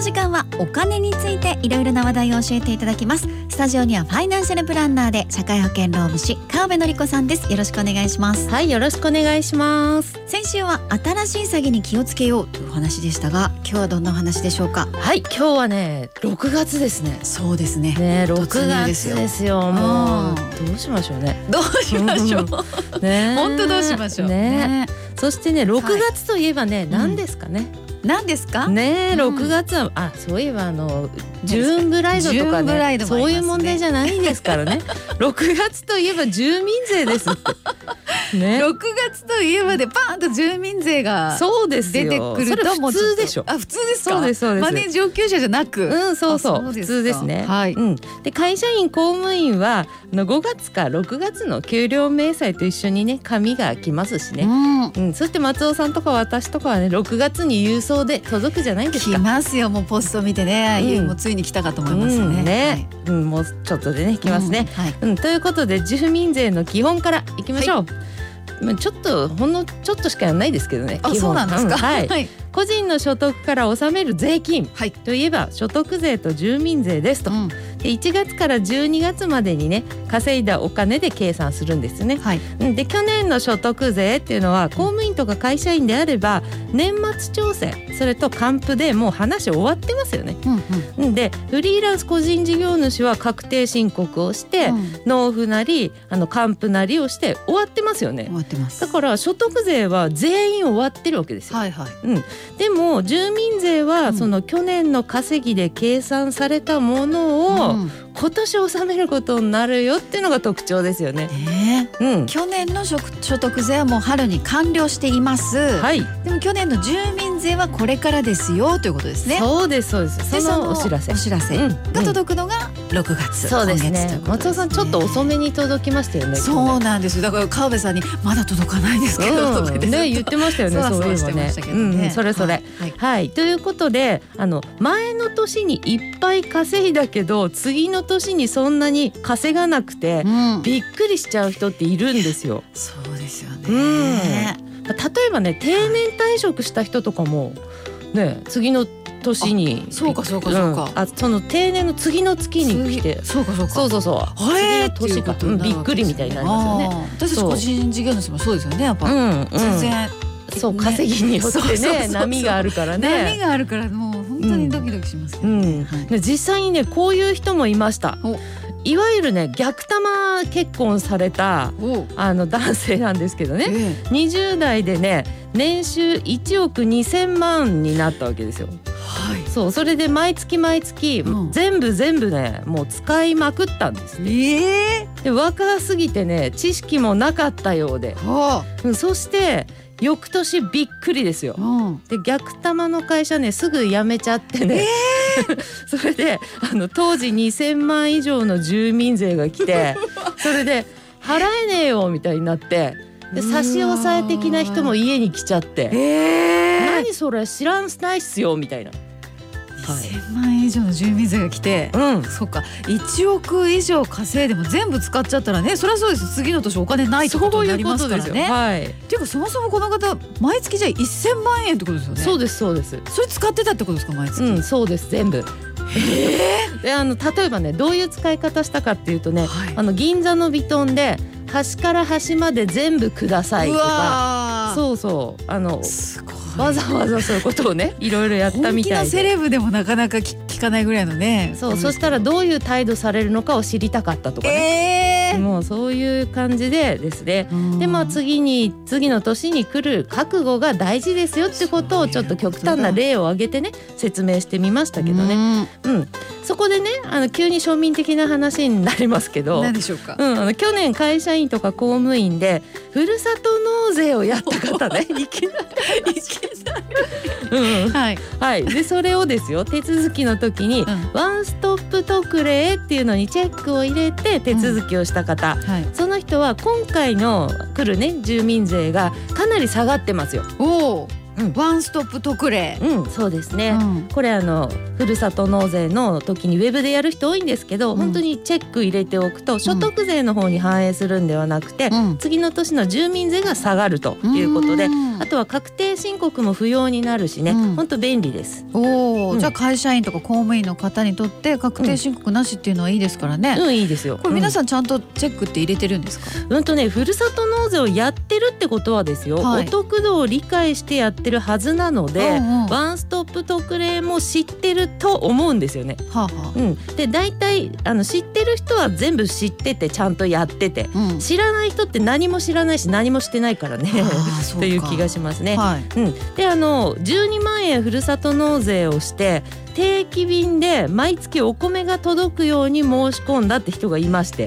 時間はお金についていろいろな話題を教えていただきますスタジオにはファイナンシャルプランナーで社会保険労務士川辺典子さんですよろしくお願いしますはい、よろしくお願いします。先週は新しい詐欺に気をつけようというお話でしたが今日はどんなお話でしょうかはい、今日はね、6月ですね。そうですねね、6突入月でですすよよ。もあうどうしましょうね。どうしましょううんね本当どうしましょうね。ねそしてね、6月といえばね、ん何ですかね。何ですかね、うん6月はあ、そういえばあのジューンブライドとかジューンブライね、ドもありますそねういう問題じゃないんですか らね。6月といえば住民税ですって。ね、 6月といえばでパーンと住民税がそうです出よ。てくるとそれもう普ちょっと通でしょ。あ普通ですかそうですそうですマネー上級者じゃなく、うん、そうそあう、そう普ですか通ですね。はいうん、で、会社員公務員は、あの5月か6月の給料明細と一緒にね、紙が来ますしね。うんうん、そして松尾さんとか私とかはね、6月に郵送で届くじゃないです来か。ますよもうポスト見てね、うん家もうついに来たかと思ういますね,はい、ん、ね、うん、もうちょっとでね、来ますね。うんはいうん、ということで、住民税の基本からいきましょう。まあ、ちょっと、ほんのちょっとしかやんないですけどね。あ基本そうなんですか、。うんはいはい、個人の所得から納める税金はいといえば、所得税と住民税ですと。うんで1月から12月までにね稼いだお金で計算するんですね。はいうんで去年の所得税っていうのは公務員とか会社員であれば年末調整それと還付でもう話終わってますよね。うんうんうんでフリーランス個人事業主は確定申告をして、うん納付なりあの還付なりをして終わってますよね終。わってますだから所得税は全員終わってるわけですよ。はいはいでも住民税うはんその去年の稼ぎで計算されたものを、うん今年納めることになるよっていうのが特徴ですよね。ねえうん、去年の所所得税はもう春に完了しています、はい、でも去年の住民税はこれからですよということですねそうですそうです。でそのお知らせ。お知らせがうんうん届くのが6月、そうです今月といねう。ことです松尾さんちょっと遅めに届きましたよね。そうなんですよだから川辺さんにまだ届かないですけど、とかうん、ね言ってましたよね。そそうういしてえばまねしたけ。どうんね、うん、それそれ。はい、はいということであの前の年にいっぱい稼いだけど次の年にそんなに稼がなくてうんびっくりしちゃう人っているんですよ。そうですようねん例えばね定年退職した人とかもね次の年にあそうかそうかそうかんあその定年の次の月に来てそうかそうかそううそうそうえー、次の年がっていうことにうんなびっるわけくりみたいになりますよね。ねあー私たち個人事業主もそうですよねやっぱ、うん、うん、全然そう稼ぎによってそうそうそうそねう波があるから波ね。があるからもう本当にドキドキしますようね、んはい、で実際にねこういう人もいましたお。いわゆるね逆玉結婚されたおあの男性なんですけどね。え20代でね年収1億2,000万になったわけですよ。えはいそうそれで毎月毎月、うん全部全部ねもう使いまくったんですね。ええで若すぎてね知識もなかったようで、はうんそして翌年びっくりですよあ、。うん、で逆玉の会社ねすぐ辞めちゃってね、 それであの当時2,000万以上の住民税が 来てそれで払えねえよみたいになってで差し押さえ的な人も家に来ちゃって。ええ何それ知らんすないっすよみたいな。 2000万円以上の住民税が来て、うん。そっか1億以上稼いでも全部使っちゃったらねそりゃそうです次の年お金ないってことになりますからそういうことでねすよはい。っていうかそもそもこの方毎月じゃあ1000万円ってことですよねそうですそうです。それ使ってたってことですか毎月、うん、そうです全部。えで、あの例えばね、どういう使い方したかっていうとえね、はいあの銀座のビトンで端から端まで全部くださいうとか、わーそうそう、あのすごいわざわざそういうこと をね、いろいろやった本み気たのいセで。レブでもなかなか聞聞かないぐらいのねそう、そしたらどういう態度されるのかを知りたかったとかえね。えもうそういう感じでですね。うんでまあ次に次の年に来る覚悟が大事ですよってことをちょっと極端な例を挙げてね説明してみましたけどね、ねうん、そこでねあの急に庶民的な話になりますけど、うん何、でしょうか、あの去年会社員とか公務員でふるさと納税をやった方ね いきなりいきなり、うんはい、はい、でそれをですよ手続きの時にうんワンストップ特例っていうのにチェックを入れて手続きをした方、はい、その人は今回の来るね住民税がかなり下がってますよ。おおうんワンストップ特例、うん、そうですね、うんこれあのふるさと納税の時にウェブでやる人多いんですけど、うん本当にチェック入れておくと所得税の方に反映するんではなくて、うん次の年の住民税が下がるということで、うんあとは確定申告も不要になるしね、うん本当便利です。おお、うんじゃあ会社員とか公務員の方にとって確定申告なしっていうのはいいですからね、うん、いいですよ。これ皆ん、さんちゃんとチェックって入れてるんですか、うん、とね、ふるさと納税をやってるってことはですよ、はいお得度を理解してやってるはずなので、うんうんはワンストップ特例も知ってると思うんですよね。あはうん、で大体あの知ってる人は全部知っててちゃんとやっててあ、うん知らない人って何も知らないし何もしてないからねあーそうかという気がしますね。はい、うん、であの12万円ふるさと納税をして定期便で毎月お米が届くように申し込んだって人がいましへて、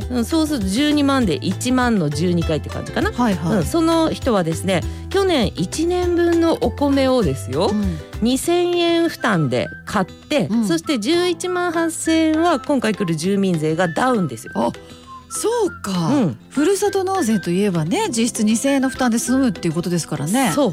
えうん、そうすると12万で1万の12回って感じかな、はいはういん、、その人はですね去年1年分のお米をですよ、うん2,000円負担で買って、うんそして11万8,000円は今回来る住民税がダウンですよ。あそうか、うんふるさと納税といえばね実質2000円の負担で済むっていうことですからねそ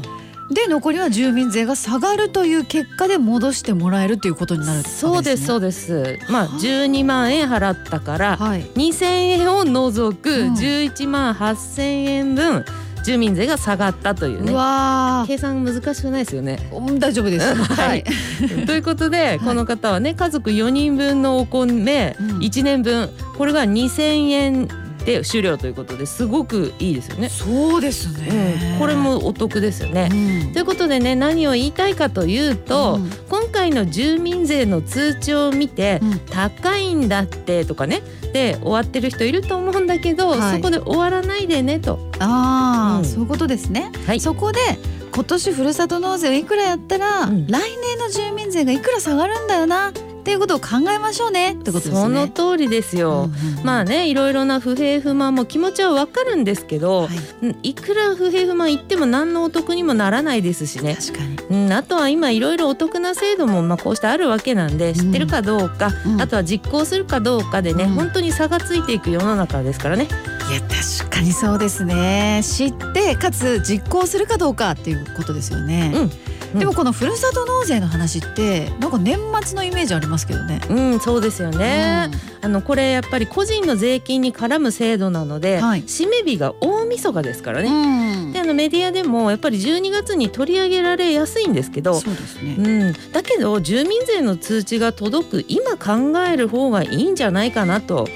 うで残りは住民税が下がるという結果で戻してもらえるということになるわけですねそうですそうです。まあ12万円払ったからはい2,000円を除くうん11万8,000円分住民税が下がったといううね。わー計算難しくないです よね。うん大丈夫ですははいいということで、この方はね家族4人分のお米うん1年分これが2,000円で終了ということですごくいいですよね。そうですね、うん、これもお得ですよねう。んということでね何を言いたいかといううと、ん今回の住民税の通知を見て、うん高いんだってとかねで終わってる人いると思うんだけど、はいそこで終わらないでねと。ああ、うんそういうことですね、はいそこで今年ふるさと納税をいくらやったら、うん来年の住民税がいくら下がるんだよなっていうことを考えましょうねってことですねその通りですよ。まあね、ねいろいろな不平不満も気持ちはわかるんですけど、はいうんいくら不平不満言っても何のお得にもならないですしね。確かに、うん、あとは今いろいろお得な制度もまあこうしてあるわけなんで知ってるかどうか、うんあとは実行するかどうかでね、うん本当に差がついていく世の中ですからね。いや確かにそうですね知ってかつ実行するかどうかっていうことですよね、うんうんでもこのふるさと納税の話ってなんか年末のイメージありますけどね。うん、そうですよね。うあのこれやっぱり個人の税金に絡む制度なので、はい締め日が大晦日ですからね。んであのメディアでもやっぱり12月に取り上げられやすいんですけど。そうですうね。ん、だけど住民税の通知が届く今考える方がいいんじゃないかなと、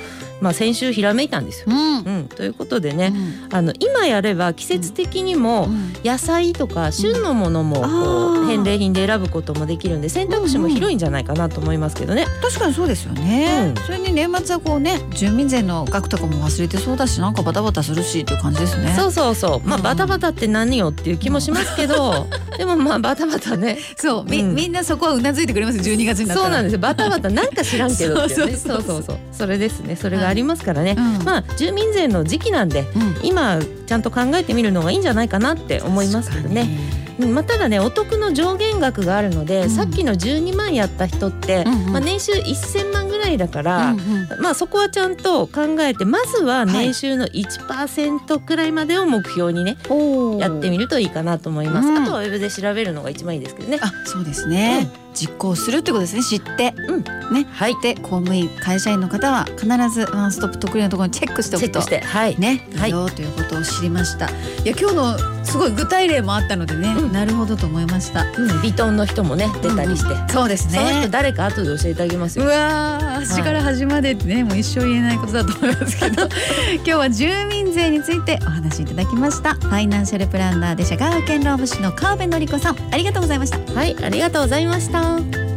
まあ、先週ひらめいたんですよ。うんうん、ということでうね、んあの今やれば季節的にも、うん野菜とか旬のものもこあーう返礼品で選ぶこともできるんで選択肢も広いんじゃないかなと思いますけどね。確かにそうですよね、うんそれに年末はこうね住民税の額とかも忘れてそうだしなんかバタバタするしっていう感じですねそうそうそうまあうんバタバタって何よっていう気もしますけ どでもまあバタバタねそうみ,、うんん、みんなそこはうなずいてくれます12月になったらそうなんですよバタバタなんか知らんけどっていうねそそそうううそそうそううそうそれですねそれがありますからね、うんまあ住民税の時期なんでうん今ちゃんと考えてみるのがいいんじゃないかなって思いますけどね。うんまあ、ただねお得の上限額があるので、うんさっきの12万やった人って、うんうんまあ、年収1,000万ぐらいだから、確かにうんうんまあそこはちゃんと考えてまずは年収の1%くらいまでを目標にね、おーやってみるといいかなと思います、うんあとはウェブで調べるのが一番いいですけどねあそうですね、実行するってことですね知って、うんねはいで公務員会社員の方は必ずワンストップ特例のところにチェックしておチェくッとクしてはい、ね、、はいいいよということを知りましたいや今日のすごい具体例もあったのでね、うんなるほどと思いましたうん、ビトンの人もね出たりして、そうですそのね人誰か後で教えてあげますうよわー端から端までってね、もう一生言えないことだと思います けど今日は住民税についてお話しいただきましたファイナンシャルプランナーで社会保険労務士の川辺典子さんありがとうございましたはいありがとうございました